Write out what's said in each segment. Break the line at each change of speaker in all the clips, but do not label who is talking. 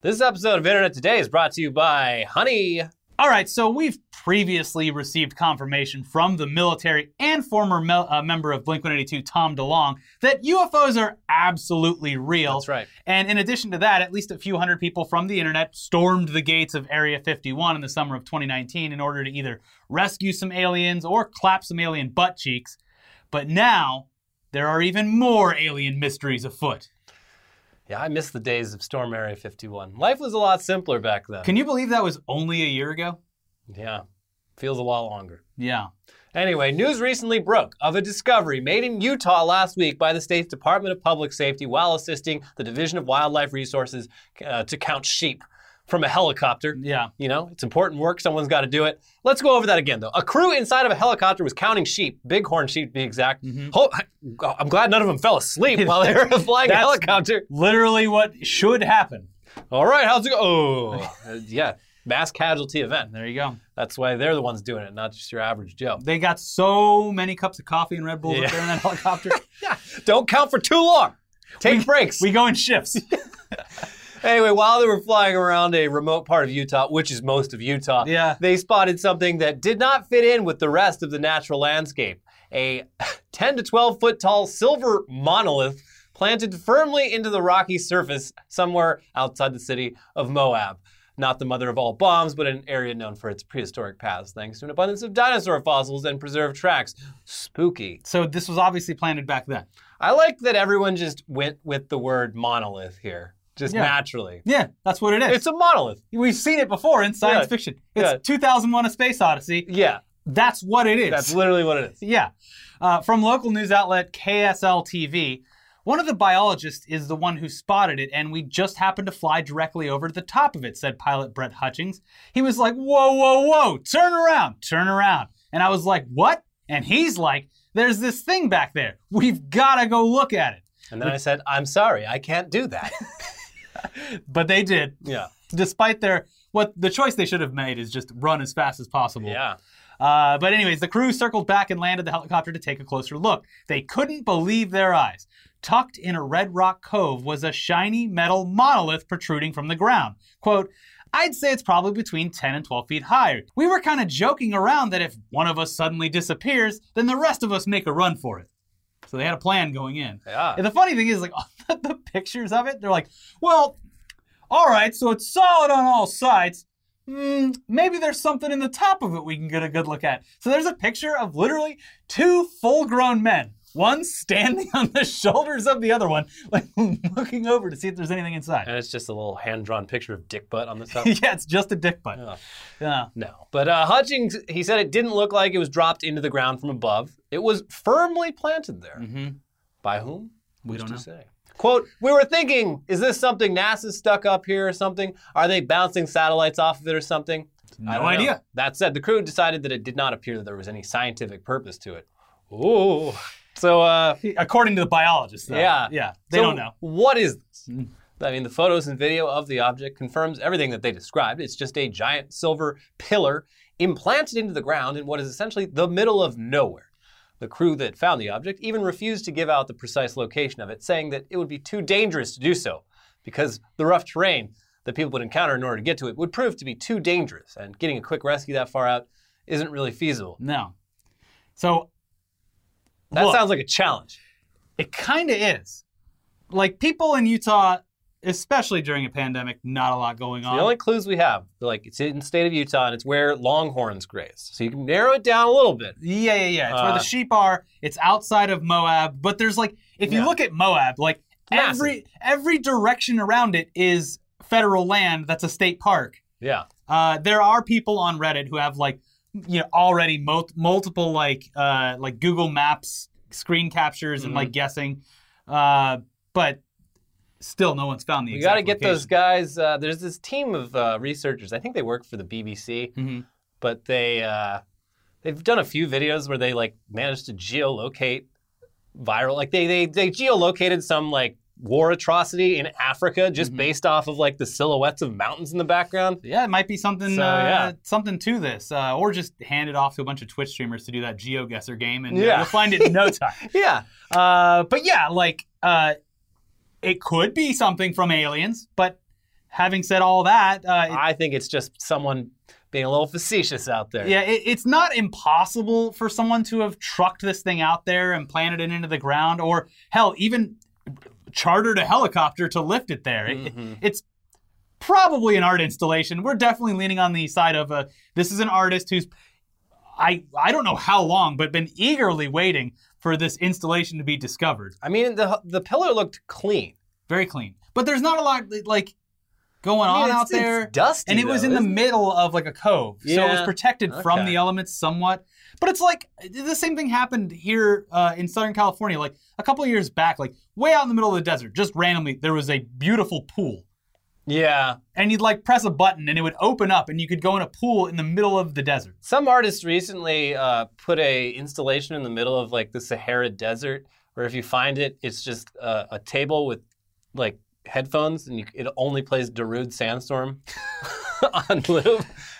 This episode of Internet Today is brought to you by Honey.
All right, so we've previously received confirmation from the military and former mel- uh, member of Blink 182, Tom DeLong, that UFOs are absolutely real.
That's right.
And in addition to that, at least a few hundred people from the internet stormed the gates of Area 51 in the summer of 2019 in order to either rescue some aliens or clap some alien butt cheeks. But now, there are even more alien mysteries afoot.
Yeah, I miss the days of Storm Area 51. Life was a lot simpler back then.
Can you believe that was only a year ago?
yeah, feels a lot longer.
Yeah.
Anyway, news recently broke of a discovery made in Utah last week by the state's Department of Public Safety while assisting the Division of Wildlife Resources uh, to count sheep from a helicopter.
Yeah.
You know, it's important work. Someone's got to do it. Let's go over that again, though. A crew inside of a helicopter was counting sheep, bighorn sheep to be exact.
Mm-hmm.
Ho- I- I'm glad none of them fell asleep while they were flying a
That's-
helicopter.
Literally what should happen.
All right, how's it go? Oh, uh, yeah, mass casualty event.
There you go.
That's why they're the ones doing it, not just your average Joe.
They got so many cups of coffee and Red Bull
Yeah.
up there in that helicopter.
Don't count for too long. Take breaks.
we go in shifts.
Anyway, while they were flying around a remote part of Utah, which is most of Utah,
Yeah.
they spotted something that did not fit in with the rest of the natural landscape a 10 to 12 foot tall silver monolith planted firmly into the rocky surface somewhere outside the city of Moab. Not the mother of all bombs, but an area known for its prehistoric past, thanks to an abundance of dinosaur fossils and preserved tracks. Spooky.
so this was obviously planted back then.
I like that everyone just went with the word monolith here, just
Yeah.
naturally.
Yeah, that's what it is.
It's a monolith.
We've seen it before in science
Yeah.
fiction. It's
Yeah.
2001: A Space Odyssey.
Yeah.
That's what it is.
That's literally what it is.
yeah. Uh, from local news outlet KSL TV, one of the biologists is the one who spotted it, and we just happened to fly directly over the top of it," said pilot Brett Hutchings. He was like, "Whoa, whoa, whoa! Turn around, turn around!" And I was like, "What?" And he's like, "There's this thing back there. We've got to go look at it."
And then I said, I'm sorry, I can't do that.
But they did,
yeah.
despite their what the choice they should have made is just run as fast as possible.
Yeah.
Uh, but anyways, the crew circled back and landed the helicopter to take a closer look. They couldn't believe their eyes. Tucked in a red rock cove was a shiny metal monolith protruding from the ground. Quote, I'd say it's probably between 10 and 12 feet high. We were kind of joking around that if one of us suddenly disappears, then the rest of us make a run for it. So they had a plan going in.
Yeah.
And the funny thing is, like, the pictures of it, they're like, well, all right, so it's solid on all sides. Mm, maybe there's something in the top of it we can get a good look at. So there's a picture of literally two full grown men, one standing on the shoulders of the other one, like looking over to see if there's anything inside.
And it's just a little hand drawn picture of Dick Butt on the top.
yeah, it's just a dick butt.
Yeah.
Yeah.
no. But uh, Hutchings, he said it didn't look like it was dropped into the ground from above. It was firmly planted there. By whom?
We
Who's
don't
to
know.
Say. Quote, we were thinking, is this something NASA's stuck up here or something? Are they bouncing satellites off of it or something? I
No
don't know.
idea.
That said, the crew decided that it did not appear that there was any scientific purpose to it. Ooh. So uh,
According to the biologist, though.
Yeah.
Yeah. They
So
don't know. Hmm.
What is this? I mean, the photos and video of the object confirms everything that they described. It's just a giant silver pillar implanted into the ground in what is essentially the middle of nowhere. The crew that found the object even refused to give out the precise location of it, saying that it would be too dangerous to do so because the rough terrain that people would encounter in order to get to it would prove to be too dangerous, and getting a quick rescue that far out isn't really feasible.
No. So
That
Look.
sounds like a challenge.
It kind of is. Like people in Utah, especially during a pandemic, not a lot going on.
The only clues we have, like it's in the state of Utah and it's where longhorns graze. So you can narrow it down a little bit.
yeah, yeah, yeah. It's where
Uh,
the sheep are. It's outside of Moab, but there's like if you
Yeah.
look at Moab, like
Massive.
every every direction around it is federal land that's a state park.
Yeah.
Uh, there are people on Reddit who have like you know already mul- multiple like uh, like Google Maps screen captures and
Mhm.
like guessing, uh, but still no one's found the.
You got
exact
to get those
location.
guys. Uh, there's this team of uh, researchers. I think they work for the BBC,
Mhm.
but they uh, they've done a few videos where they like managed to geolocate viral. Like they they they geolocated some like war atrocity in Africa just
Mhm.
based off of like the silhouettes of mountains in the background.
Yeah, it might be something
So,
uh,
yeah.
something to this, uh, or just hand it off to a bunch of Twitch streamers to do that GeoGuessr game, and uh,
Yeah.
you'll find it in no time.
Yeah.
Uh, but yeah, like uh, it could be something from aliens, but having said all that, uh, it-
I think it's just someone being a little facetious out there.
Yeah, it, it's not impossible for someone to have trucked this thing out there and planted it into the ground, or hell, even chartered a helicopter to lift it there.
Mm-hmm.
It- it's probably an art installation. We're definitely leaning on the side of a, this is an artist who's I I don't know how long, but been eagerly waiting for this installation to be discovered.
I mean, the the pillar looked clean.
Very clean, but there's not a lot like going
I mean,
on
it's-
out there.
it's dusty.
and it was
though,
in the
isn't
middle of like a cove, so it was
Yeah.
protected from
Okay.
the elements somewhat. But it's like the same thing happened here uh, in Southern California, like a couple of years back, like way out in the middle of the desert, just randomly there was a beautiful pool,
it? Yeah.
and you'd like press a button and it would open up, and you could go in a pool in the middle of the desert.
Some artists recently uh, put a installation in the middle of like the Sahara Desert, where if you find it, it's just uh, a table with like headphones, and you, it only plays Darude Sandstorm on loop.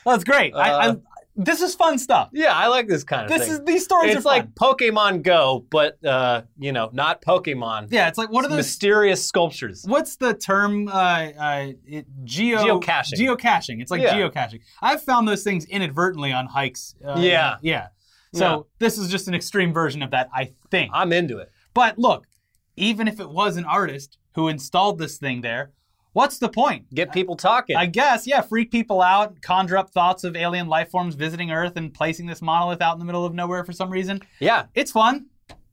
Well, that's great. I, I,
Uh,
this is fun stuff.
Yeah, I like this kind of
This
thing.
is these stories
it's
are
like
fun.
Pokemon Go, but uh, you know, not Pokemon.
yeah, it's like what are those
Mysterious sculptures.
What's the term? Uh, uh, it, geo
Geocaching.
Geocaching. It's like
Yeah.
geocaching. I've found those things inadvertently on hikes. Uh,
Yeah.
yeah. So this is just an extreme version of that, I think.
I'm into it.
but look, even if it was an artist who installed this thing there, what's the point?
Get people talking.
I guess, yeah, freak people out, conjure up thoughts of alien life forms visiting Earth and placing this monolith out in the middle of nowhere for some reason.
yeah,
It's fun.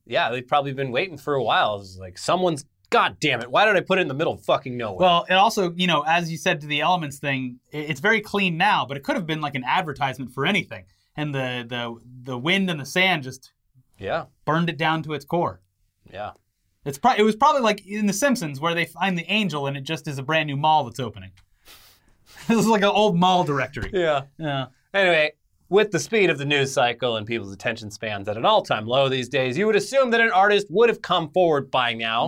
yeah. They've probably been waiting for a while. It's like someone's. God damn it! Why did I put it in the middle of fucking nowhere?
Well, it also, you know, as you said to the elements thing, i- it's very clean now, but it could have been like an advertisement for anything. And the the the wind and the sand just
yeah,
burned it down to its core.
yeah.
It's pro- it was probably like in The Simpsons where they find the angel and it just is a brand new mall that's opening. this is like an old mall directory.
Yeah.
Yeah.
Anyway, with the speed of the news cycle and people's attention spans at an all time low these days, you would assume that an artist would have come forward by now.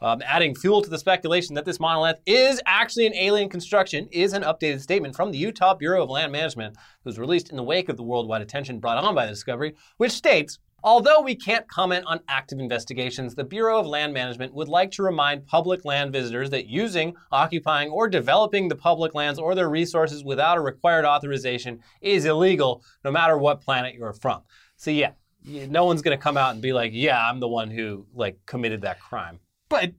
Um, adding fuel to the speculation that this monolith is actually an alien construction is an updated statement from the Utah Bureau of Land Management that was released in the wake of the worldwide attention brought on by the discovery, which states Although we can't comment on active investigations, the Bureau of Land Management would like to remind public land visitors that using, occupying, or developing the public lands or their resources without a required authorization is illegal, no matter what planet you're from. So, yeah, y- no one's going to come out and be like, yeah, I'm the one who like committed that crime.
But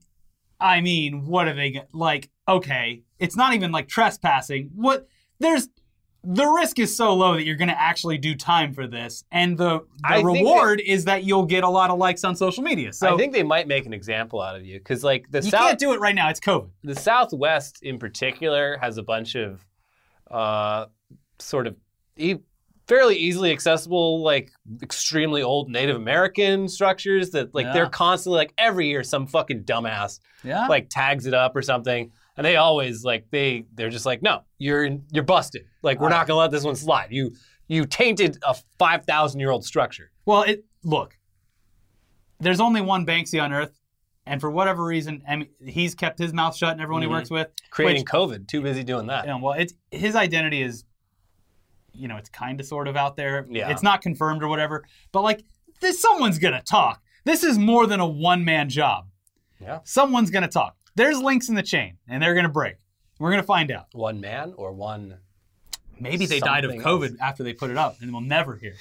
I mean, what are they go- like? Okay, it's not even like trespassing. What there's the risk is so low that you're going to actually do time for this, and the,
I
the
think
reward is that you'll get a lot of likes on social media. So
I think they might make an example out of you because, like, the
you
South,
can't do it right now. It's COVID.
the Southwest in particular has a bunch of uh, sort of e- fairly easily accessible, like, extremely old Native American structures that, like,
Yeah.
they're constantly like every year some fucking dumbass
Yeah.
like tags it up or something. And they always like they they're just like no you're in, you're busted like we're not gonna let this one slide you you tainted a five thousand year old structure
well, it look. There's only one Banksy on Earth, and for whatever reason, I mean, he's kept his mouth shut and everyone
Mhm.
he works with.
creating COVID too busy doing that
Yeah, well, it's his identity is, you know, it's kind of sort of out there.
Yeah.
It's not confirmed or whatever, but like, this someone's gonna talk. This is more than a one man job.
Yeah.
Someone's gonna talk. There's links in the chain, and they're gonna break. We're gonna find out.
one man or one
Maybe they died of
Something
COVID after they put it up, and we'll never hear.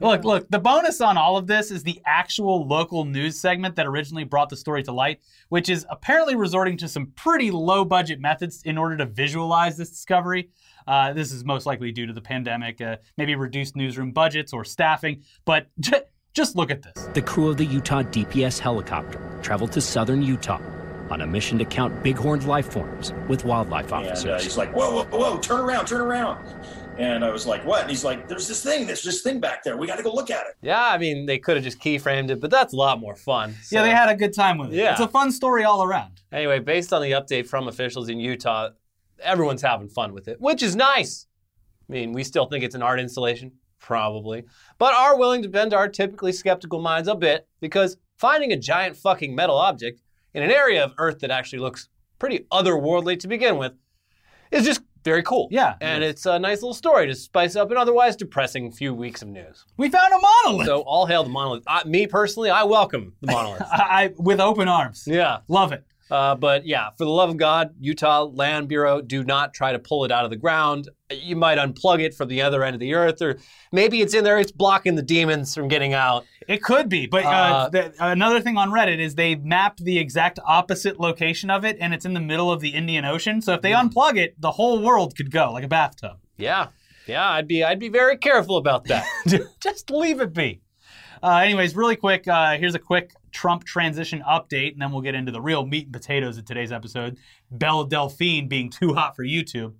Look, look, the bonus on all of this is the actual local news segment that originally brought the story to light, which is apparently resorting to some pretty low budget methods in order to visualize this discovery. Uh, this is most likely due to the pandemic, uh, maybe reduced newsroom budgets or staffing, but ju- just look at this.
The crew of the Utah DPS helicopter traveled to southern Utah on a mission to count bighorn life forms with wildlife officers.
And uh, he's like, whoa, whoa, whoa, turn around, turn around. And I was like, what? And he's like, there's this thing, there's this thing back there. We got to go look at it.
Yeah, I mean, they could have just keyframed it, but that's a lot more fun.
yeah,
So,
they had a good time with it.
Yeah.
It's a fun story all around.
Anyway, based on the update from officials in Utah, everyone's having fun with it, which is nice. I mean, we still think it's an art installation, probably, but are willing to bend our typically skeptical minds a bit because finding a giant fucking metal object in an area of Earth that actually looks pretty otherworldly to begin with is just very cool.
Yeah.
And it's a nice little story to spice up an otherwise depressing few weeks of news.
We found a monolith
So, all hail the monolith. I, me personally, I welcome the monolith.
I, I, with open arms.
Yeah.
Love it.
Uh, but yeah, for the love of God, Utah Land Bureau, do not try to pull it out of the ground. You might unplug it from the other end of the earth, or maybe it's in there, it's blocking the demons from getting out.
It could be, but uh,
Uh,
the, another thing on Reddit is they mapped the exact opposite location of it, and it's in the middle of the Indian Ocean. So if they unplug it, the whole world could go like a bathtub.
Yeah, yeah, I'd be, I'd be very careful about that.
Just leave it be. Uh, anyways, really quick, uh, here's a quick Trump transition update, and then we'll get into the real meat and potatoes of today's episode. Belle Delphine being too hot for YouTube.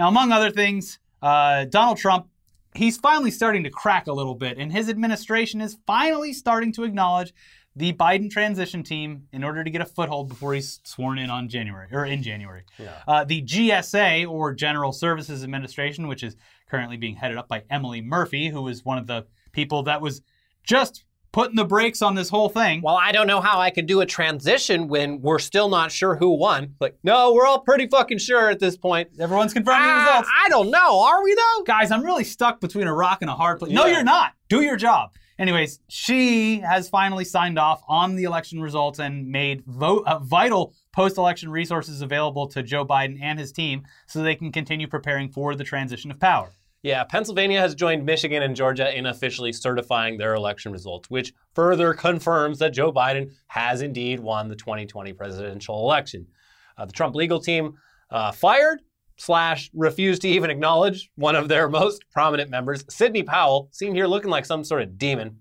Now, among other things, uh, Donald Trump, he's finally starting to crack a little bit, and his administration is finally starting to acknowledge the Biden transition team in order to get a foothold before he's sworn in on January or in January. Uh, the GSA or General Services Administration, which is currently being headed up by Emily Murphy, who was one of the people that was just putting the brakes on this whole thing.
well, I don't know how I could do a transition when we're still not sure who won. Like, no, we're all pretty fucking sure at this point.
Everyone's confirming
Ah,
results.
I don't know. Are we though?
guys, I'm really stuck between a rock and a hard place. No,
Yeah.
you're not. Do your job. Anyways, she has finally signed off on the election results and made vote, uh, vital post election resources available to Joe Biden and his team so they can continue preparing for the transition of power.
Yeah, Pennsylvania has joined Michigan and Georgia in officially certifying their election results, which further confirms that Joe Biden has indeed won the 2020 presidential election. Uh, the Trump legal team uh, fired slash refused to even acknowledge one of their most prominent members, Sidney Powell, seen here looking like some sort of demon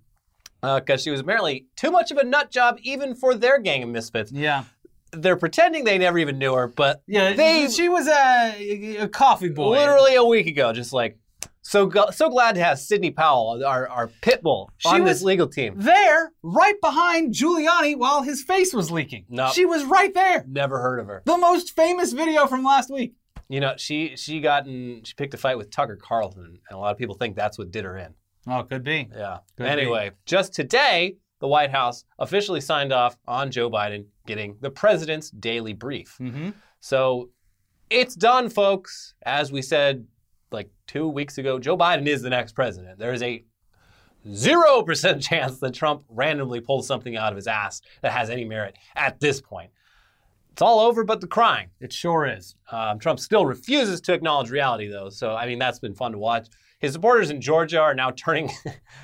because she was apparently too much of a nut job even for their gang of misfits.
Yeah.
They're pretending they never even knew her, but
Yeah,
They-
she was a, a coffee boy.
Literally a week ago, just like so. Go- so glad to have Sidney Powell, our our pit bull,
She
on
was-
this legal team.
There, right behind Giuliani while his face was leaking.
Nope.
She was right there.
Never heard of her.
The most famous video from last week.
You know, she she got in. She picked a fight with Tucker Carlson, and a lot of people think that's what did her in.
Oh, could be.
Yeah.
Could
anyway, just today, the White House officially signed off on Joe Biden getting the president's daily brief.
Mm-hmm.
So it's done, folks. As we said like two weeks ago, Joe Biden is the next president. There is a 0% chance that Trump randomly pulls something out of his ass that has any merit at this point. It's all over but the crying.
It sure is.
Um, Trump still refuses to acknowledge reality, though. So, I mean, that's been fun to watch. His supporters in Georgia are now turning.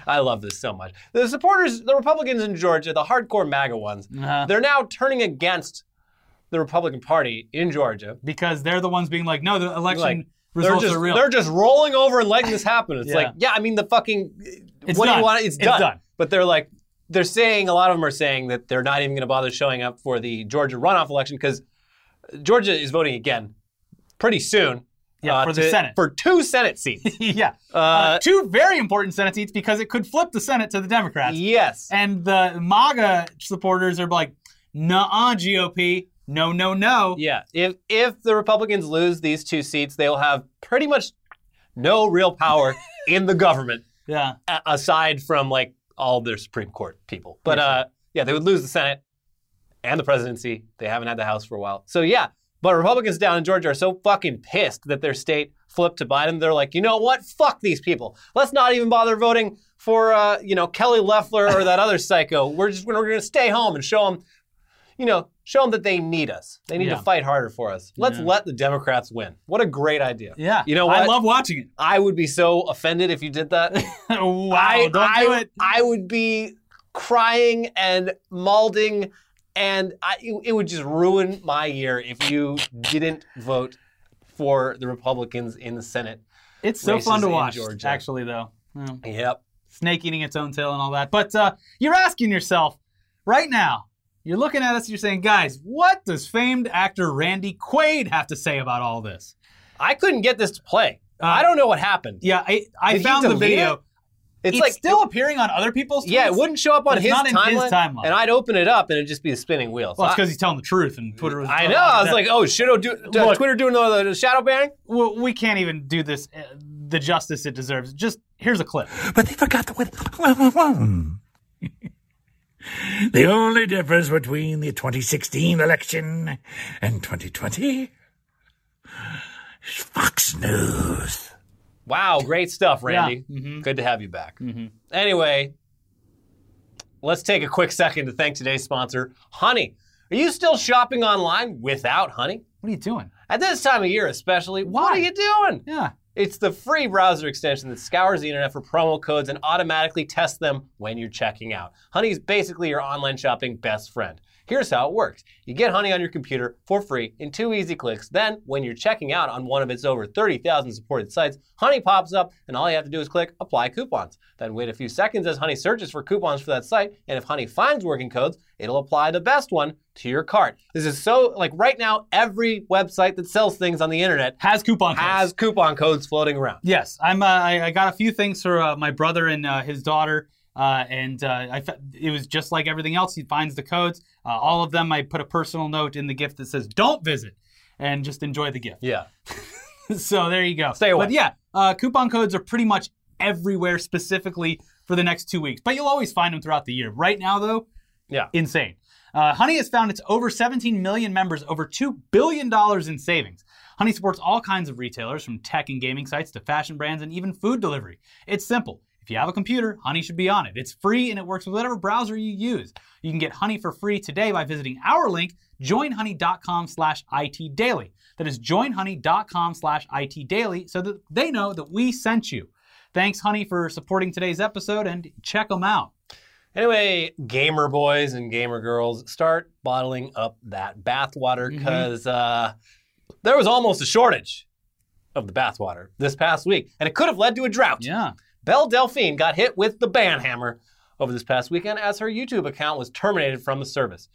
I love this so much. The supporters, the Republicans in Georgia, the hardcore MAGA ones,
Uh-huh.
they're now turning against the Republican Party in Georgia
Because they're the ones being like, no, the election
Like,
results
they're just,
are real.
They're just rolling over and letting this happen. It's
Yeah.
like, yeah, I mean, the fucking.
It's
what do
done.
you want? It's
It's
done.
done.
But they're like, they're saying a lot of them are saying that they're not even going to bother showing up for the Georgia runoff election because Georgia is voting again pretty soon. uh,
Yeah, for the
to-
Senate.
for two Senate seats.
yeah.
Uh,
Two very important Senate seats because it could flip the Senate to the Democrats.
yes.
And the MAGA supporters are like, nah, GOP. No, no, no.
Yeah, if if the Republicans lose these two seats, they will have pretty much no real power in the government.
yeah.
a- aside from like all their Supreme Court people. But
Yeah, sure.
uh, yeah, they would lose the Senate and the presidency. They haven't had the House for a while. So yeah, but Republicans down in Georgia are so fucking pissed that their state flipped to Biden. They're like, you know what? Fuck these people. Let's not even bother voting for uh, you know Kelly Loeffler or that other psycho. We're just we're gonna stay home and show them, you know, show them that they need us. They need
Yeah.
to fight harder for us. Let's
Yeah.
let the Democrats win. What a great idea.
Yeah.
You know what?
I love watching it.
I would be so offended if you did that.
wow.
I,
don't
I,
do it.
I would be crying and malding, and I, it, it would just ruin my year if you didn't vote for the Republicans in the Senate.
It's so
races
fun to
in
watch,
Georgia.
actually, though. Yeah.
Yep.
Snake eating its own tail and all that. But uh, you're asking yourself right now, you're looking at us, you're saying, guys, what does famed actor Randy Quaid have to say about all this?
I couldn't get this to play.
Uh,
I don't know what happened.
Yeah, I, I
Did he
found the
delete
video.
it?
It's,
It's, like
still appearing on other people's.
yeah, it
tweets.
wouldn't show up on
It's
his,
not in
timeline,
his timeline.
and I'd open it up, and it'd just be a spinning wheel. So
Well, it's
I,
because he's telling the truth, and Twitter was.
I know. I was like, oh, Shido do, uh,
Look.
Twitter doing the, the shadow banning?
well, we can't even do this uh, the justice it deserves. Just here's a clip.
but they forgot the way. the only difference between the 2016 election and 2020 is Fox News.
Wow, great stuff, Randy.
Yeah. Mm-hmm. Mhm.
Good to have you back. Anyway, let's take a quick second to thank today's sponsor, Honey. Are you still shopping online without honey?
What are you doing?
At this time of year, especially, what are
Why?
you doing?
Yeah.
It's the free browser extension that scours the internet for promo codes and automatically tests them when you're checking out. Honey is basically your online shopping best friend. Here's how it works you get Honey on your computer for free in two easy clicks. Then, when you're checking out on one of its over 30,000 supported sites, Honey pops up, and all you have to do is click Apply Coupons. Then, wait a few seconds as Honey searches for coupons for that site, and if Honey finds working codes, it'll apply the best one to your cart. This is so, like, right now, every website that sells things on the internet
Has coupon codes.
has coupon codes floating around.
Yes, I'm. Uh, I, I got a few things for uh, my brother and uh, his daughter, uh, and uh, I fe- it was just like everything else. He finds the codes. Uh, all of them, I put a personal note in the gift that says "Don't visit," and just enjoy the gift.
Yeah.
so there you go.
Stay away.
But yeah, uh, coupon codes are pretty much everywhere, specifically for the next two weeks. But you'll always find them throughout the year. Right now, though,
Yeah.
insane. Uh, Honey has found its over 17 million members over $2 billion in savings. Honey supports all kinds of retailers, from tech and gaming sites to fashion brands and even food delivery. It's simple. If you have a computer, Honey should be on it. It's free and it works with whatever browser you use. You can get Honey for free today by visiting our link, joinhoney.com slash itdaily. That is joinhoney.com slash itdaily so that they know that we sent you. Thanks, Honey, for supporting today's episode and check them out.
Anyway, gamer boys and gamer girls, start bottling up that bathwater because uh, there was almost a shortage of the bathwater this past week, and it could have led to a drought.
Yeah.
Belle Delphine got hit with the ban hammer over this past weekend as her YouTube account was terminated from the service.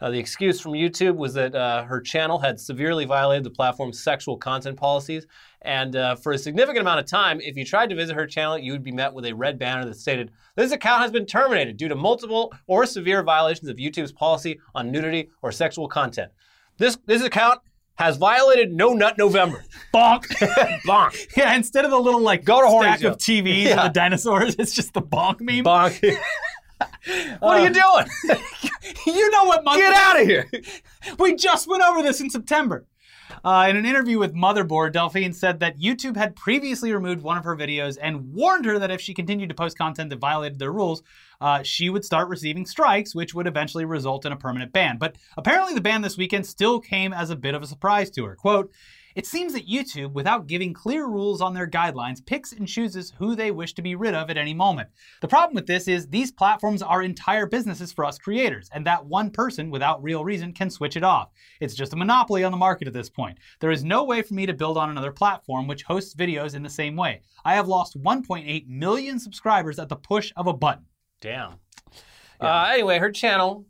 Uh, the excuse from YouTube was that uh, her channel had severely violated the platform's sexual content policies. And uh, for a significant amount of time, if you tried to visit her channel, you would be met with a red banner that stated, This account has been terminated due to multiple or severe violations of YouTube's policy on nudity or sexual content. This, this account has violated No Nut November.
Bonk.
Bonk.
yeah, instead of the little like
Go to Horny
stack
Joe.
of TVs and
Yeah.
the dinosaurs, it's just the bonk meme.
Bonk. what are you doing?
You know what month
Get
it is.
out of here.
We just went over this in September. Uh, in an interview with Motherboard, Delphine said that YouTube had previously removed one of her videos and warned her that if she continued to post content that violated their rules, uh, she would start receiving strikes, which would eventually result in a permanent ban. But apparently, the ban this weekend still came as a bit of a surprise to her. Quote, it seems that YouTube, without giving clear rules on their guidelines, picks and chooses who they wish to be rid of at any moment. The problem with this is these platforms are entire businesses for us creators, and that one person, without real reason, can switch it off. It's just a monopoly on the market at this point. There is no way for me to build on another platform which hosts videos in the same way. I have lost 1.8 million subscribers at the push of a button.
Damn. Uh, anyway, her channel.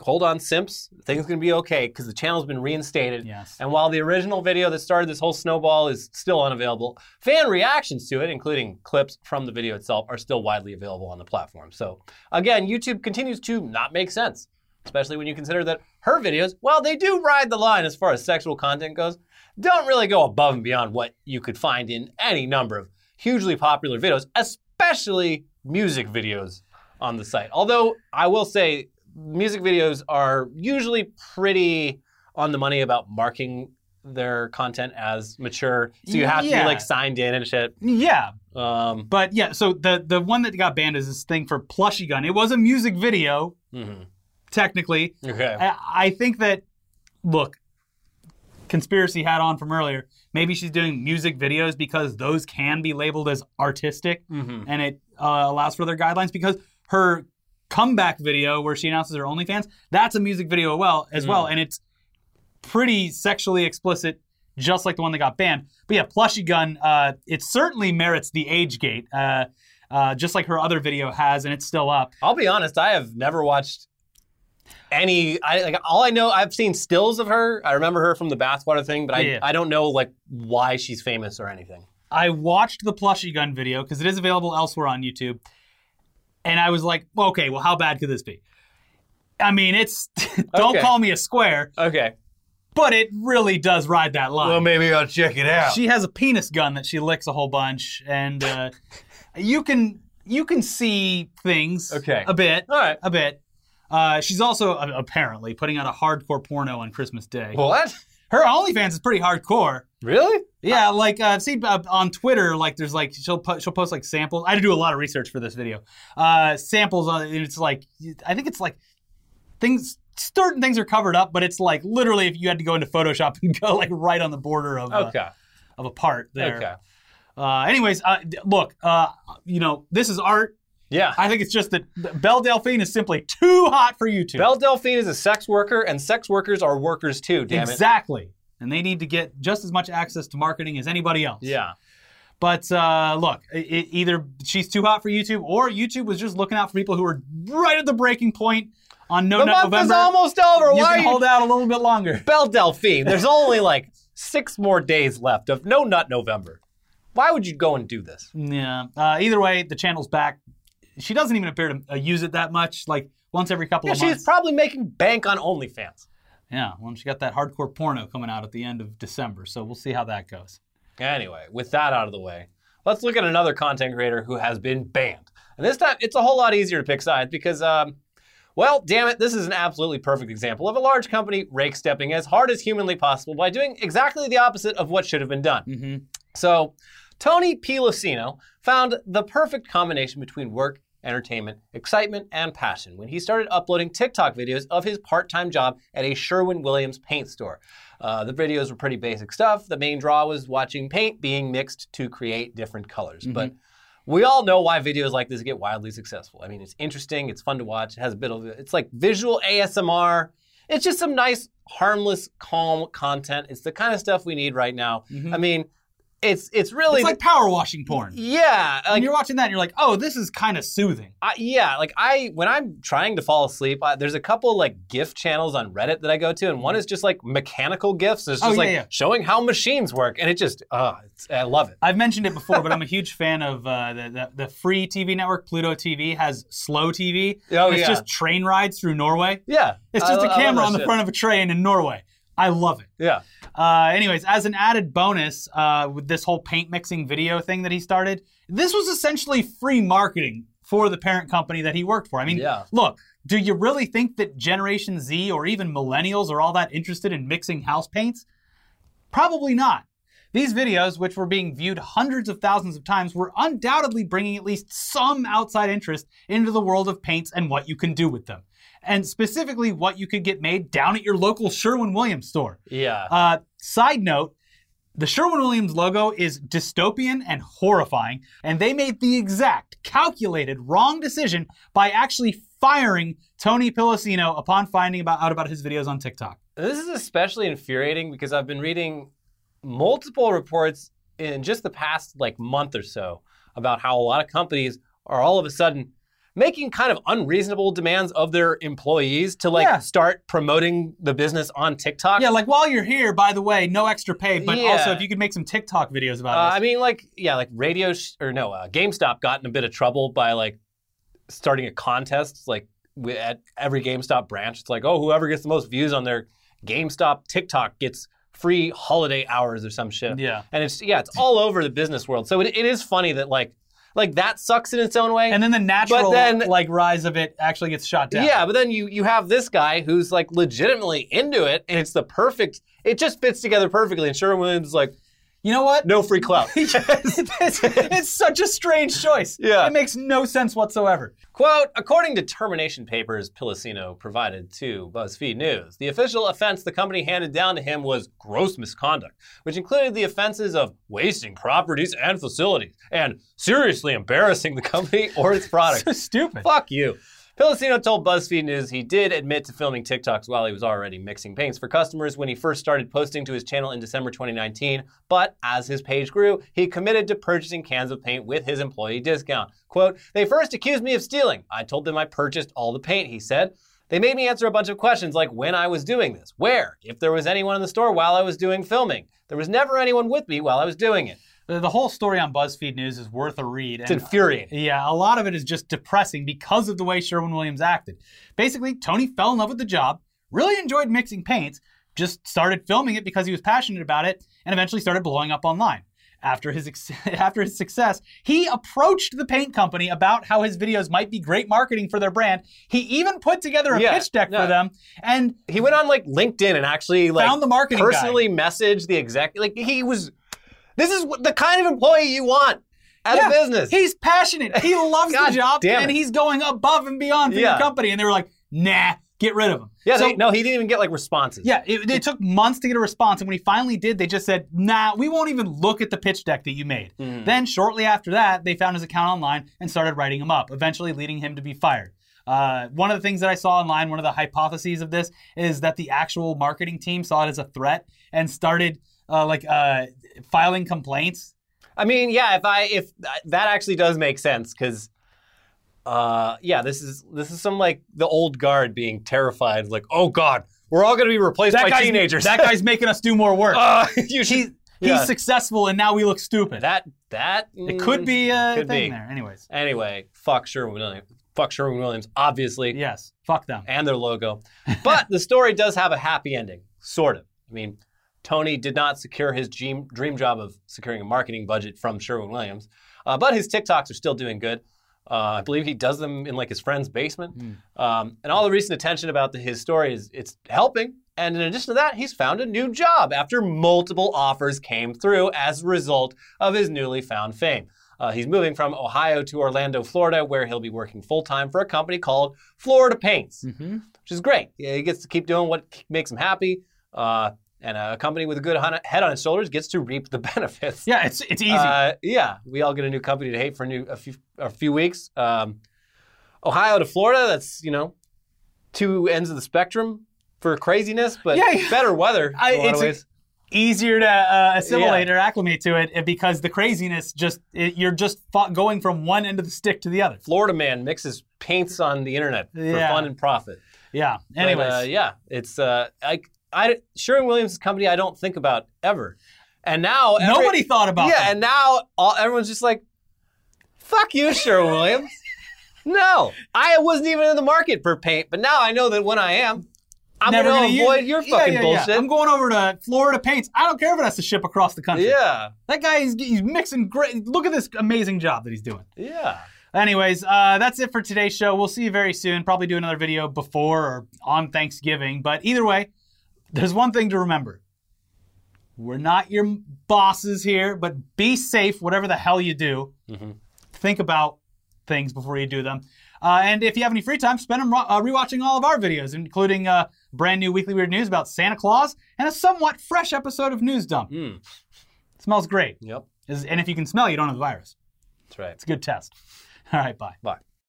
Hold on, simps. Things gonna be okay because the channel's been reinstated.
Yes.
And while the original video that started this whole snowball is still unavailable, fan reactions to it, including clips from the video itself, are still widely available on the platform. So again, YouTube continues to not make sense, especially when you consider that her videos, while they do ride the line as far as sexual content goes, don't really go above and beyond what you could find in any number of hugely popular videos, especially music videos on the site. Although I will say, music videos are usually pretty on the money about marking their content as mature, so you have to
Yeah.
be like signed in and shit.
Yeah,
Um,
but yeah, so the, the one that got banned is this thing for Plushy Gun. It was a music video,
mhm.
technically,
Okay.
I, I think that, look, conspiracy hat on from earlier. Maybe she's doing music videos because those can be labeled as artistic,
Mhm.
and it uh, allows for their guidelines. Because her comeback video, where she announces her OnlyFans, that's a music video well as well, and it's pretty sexually explicit, just like the one that got banned. But yeah, Plushy Gun, uh, it certainly merits the age gate, uh, uh, just like her other video has, and it's still up.
I'll be honest, I have never watched any. I like all I know. I've seen stills of her. I remember her from the bathwater thing, but I
Yeah.
I don't know like why she's famous or anything.
I watched the plushie gun video because it is available elsewhere on YouTube, and I was like, well, okay, well, how bad could this be? I mean, it's don't
Okay.
call me a square,
Okay.
but it really does ride that line.
maybe I'll check it out.
she has a penis gun that she licks a whole bunch, and uh, you can you can see things
Okay.
a bit,
all right.
a bit. Uh, she's also uh, apparently putting out a hardcore porno on Christmas Day.
What?
Her OnlyFans is pretty hardcore.
Really?
Yeah, like uh, I've seen uh, on Twitter, like there's like she'll po- she'll post like samples. I had to do a lot of uh, research for this video. Uh, samples on and it's like I think it's like things certain things are covered up, but it's like literally if you had to go into Photoshop and go like right on the border of uh,
Okay.
of a part there.
Okay.
Uh, anyways, uh, d- look, uh, you know this is art.
Yeah.
I think it's just that Belle Delphine is simply too hot for YouTube.
Belle Delphine is a sex worker, and sex workers are workers too, damn
exactly, and they need to get just as much access to marketing as anybody else.
it. Yeah.
But uh, look, i i either she's too hot for YouTube, or YouTube was just looking out for people who were right at the breaking point on No
The
Nut
month
November.
is almost over.
you
Why
can
are you
hold out a little bit longer.
Belle Delphine, there's only like six more days left of No Nut November. Why would you go and do this?
Yeah. Uh, either way, the channel's back. She doesn't even appear to uh, use it that much. Like once every couple
Yeah,
of
she's
months.
probably making bank on OnlyFans.
yeah. Well, she got that hardcore porno coming out at the end of December, so we'll see how that goes.
Anyway, with that out of the way, let's look at another content creator who has been banned. And this time, it's a whole lot easier to pick sides because, um, well, damn it, this is an absolutely perfect example of a large company rake stepping as hard as humanly possible by doing exactly the opposite of what should have been done.
Mm-hmm.
So, Tony Pilosino found the perfect combination between work, entertainment, excitement, and passion when he started uploading TikTok videos of his part time job at a Sherwin Williams paint store. Uh, the videos were pretty basic stuff. The main draw was watching paint being mixed to create different colors.
Mm-hmm.
But we all know why videos like this get wildly successful. I mean, it's interesting, it's fun to watch, it has a bit of it's like visual ASMR. It's just some nice, harmless, calm content. It's the kind of stuff we need right now. I mean, it's it's really
Mm-hmm. It's like power washing porn.
yeah,
And
like
you're watching that, and you're like, oh, this is kind of soothing.
I, yeah, like I when I'm trying to fall asleep, I, there's a couple like GIF channels on Reddit that I go to, and one is just like mechanical GIFs. It's
Oh,
just
yeah,
like
yeah.
showing how machines work, and it just uh, it's, I love it.
I've mentioned it before, but I'm a huge fan of uh, the, the the free TV network Pluto TV has slow TV.
Oh,
it's
yeah.
just train rides through Norway.
Yeah,
It's
I-
just
I
a
love
camera
that
on the
shit.
front of a train in Norway. I love it.
Yeah,
Uh, anyways, as an added bonus, uh, with this whole paint mixing video thing that he started, this was essentially free marketing for the parent company that he worked for. I mean,
Yeah.
look, do you really think that Generation Z or even millennials are all that interested in mixing house paints? Probably not. These videos, which were being viewed hundreds of thousands of times, were undoubtedly bringing at least some outside interest into the world of paints and what you can do with them. And specifically, what you could get made down at your local Sherwin Williams store.
yeah.
Uh, side note, the Sherwin Williams logo is dystopian and horrifying, and they made the exact calculated wrong decision by actually firing Tony Pilosino upon finding about, out about his videos on TikTok.
This is especially infuriating because I've been reading multiple reports in just the past like month or so about how a lot of companies are all of a sudden making kind of unreasonable demands of their employees to like
Yeah.
start promoting the business on TikTok.
Yeah, like while you're here, by the way, no extra pay, but
Yeah.
also if you could make some TikTok videos about
Uh,
this.
I mean, like, yeah, like radio sh- or no, uh, GameStop got in a bit of trouble by like starting a contest, like wi- at every GameStop branch. It's like, oh, whoever gets the most views on their GameStop TikTok gets free holiday hours or some shit.
Yeah.
and it's yeah, it's all over the business world. So it, it is funny that like like that sucks in its own way.
and then the natural
then-
like rise of it actually gets shot down.
Yeah, but then you you have this guy who's like legitimately into it, and it's the perfect. It just fits together perfectly. And Sherwin Williams is like,
You know what?
no free clout.
it's, it's such a strange choice.
Yeah.
It makes no sense whatsoever.
Quote, according to termination papers Pilosino provided to BuzzFeed News, the official offense the company handed down to him was gross misconduct, which included the offenses of wasting properties and facilities and seriously embarrassing the company or its product.
So stupid.
Fuck you. Pilosino told BuzzFeed News he did admit to filming TikToks while he was already mixing paints for customers when he first started posting to his channel in December 2019. But as his page grew, he committed to purchasing cans of paint with his employee discount. Quote, They first accused me of stealing. I told them I purchased all the paint, he said. They made me answer a bunch of questions like when I was doing this, where, if there was anyone in the store while I was doing filming. There was never anyone with me while I was doing it.
The, the whole story on BuzzFeed News is worth a read.
It's
and- uh,
infuriating.
yeah, a lot of it is just depressing because of the way Sherwin Williams acted. Basically, Tony fell in love with the job, really enjoyed mixing paints, just started filming it because he was passionate about it, and eventually started blowing up online. After his ex- after his success, he approached the paint company about how his videos might be great marketing for their brand. He even put together a
Yeah,
pitch deck
yeah.
for them, and
He went on like LinkedIn and actually like
found the marketing guy.
personally message the exec. Like he was. This is what- the kind of employee you want at
Yeah,
a business.
He's passionate. He loves the
God
job
damn
and
it.
he's going above and beyond for
Yeah.
your company. And they were like, nah, Get rid of him.
Yeah,
So-
they, no, he didn't even get like responses.
Yeah, it, it took months to get a response, and when he finally did, they just said, "Nah, we won't even look at the pitch deck that you made."
Mm-hmm.
Then, shortly after that, they found his account online and started writing him up, eventually leading him to be fired. Uh, one of the things that I saw online, one of the hypotheses of this is that the actual marketing team saw it as a threat and started uh, like uh, filing complaints.
I mean, yeah, if I if that actually does make sense because uh yeah, this is this is some like the old guard being terrified like, "Oh god, we're all going to be replaced by
guy's-
teenagers."
That guy's making us do more work.
uh, you should-
He-
yeah.
He's successful, and now we look stupid.
that that
it could
mm,
be a
could be.
thing there. Anyways,
Anyway, fuck Sherwin Williams. Fuck Sherwin Williams, obviously,
yes, fuck them.
and their logo. But the story does have a happy ending, sort of. I mean, Tony did not secure his dream, dream job of securing a marketing budget from Sherwin Williams, uh, but his TikToks are still doing good. Uh, I believe he does them in like his friend's basement. Um, and all the recent attention about the, his story is it's helping. And in addition to that, he's found a new job after multiple offers came through as a result of his newly found fame. Uh, he's moving from Ohio to Orlando, Florida, where he'll be working full time for a company called Florida Paints which is great. Yeah, He gets to keep doing what k- makes him happy, uh, and a company with a good hun- head on its shoulders gets to reap the benefits.
Yeah, it's it's easy.
Uh, yeah, we all get a new company to hate for a new a few a few weeks. Um, Ohio to Florida, that's you know, two ends of the spectrum for craziness, but
Yeah, yeah.
better weather. in
I-
a lot of
it's a-
ways.
easier to uh, assimilate
Yeah.
or acclimate to it uh, because the craziness just it, you're just fo- going from one end of the stick to the other.
Florida man mixes paints on the internet for
Yeah.
fun and profit.
Yeah.
But,
Anyways,
uh, yeah, it's uh, I, I Sherwin Williams is a company I don't think about ever, and now every-
nobody thought about
yeah,
that.
and now all, everyone's just like, "Fuck you, Sherwin Williams." no, I wasn't even in the market for paint, but now I know that when I am, I'm
Never
gonna,
gonna
avoid
use-
your
Yeah,
fucking
yeah, yeah.
bullshit.
I'm going over to Florida Paints. I don't care if it has to ship across the country.
yeah,
That guy is he's mixing great. Look at this amazing job that he's doing.
yeah.
Anyways, uh, that's it for today's show. We'll see you very soon. Probably do another video before or on Thanksgiving. But either way, there's one thing to remember. We're not your bosses here, but be safe, whatever the hell you do. Think about things before you do them. Uh, and if you have any free time, spend them ro- uh, rewatching all of our videos, including uh, brand new weekly weird news about Santa Claus and a somewhat fresh episode of News Dump. Smells great.
Yep,
Is- And if you can smell, you don't have the virus.
that's right.
It's a good test. All right, bye.
Bye.